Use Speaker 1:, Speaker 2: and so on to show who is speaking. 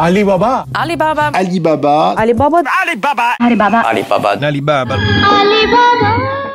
Speaker 1: Alibaba.
Speaker 2: Alibaba.
Speaker 3: Alibaba.
Speaker 2: Alibaba.
Speaker 4: Alibaba.
Speaker 2: Alibaba.
Speaker 4: Alibaba.
Speaker 5: Alibaba.
Speaker 4: Alibaba.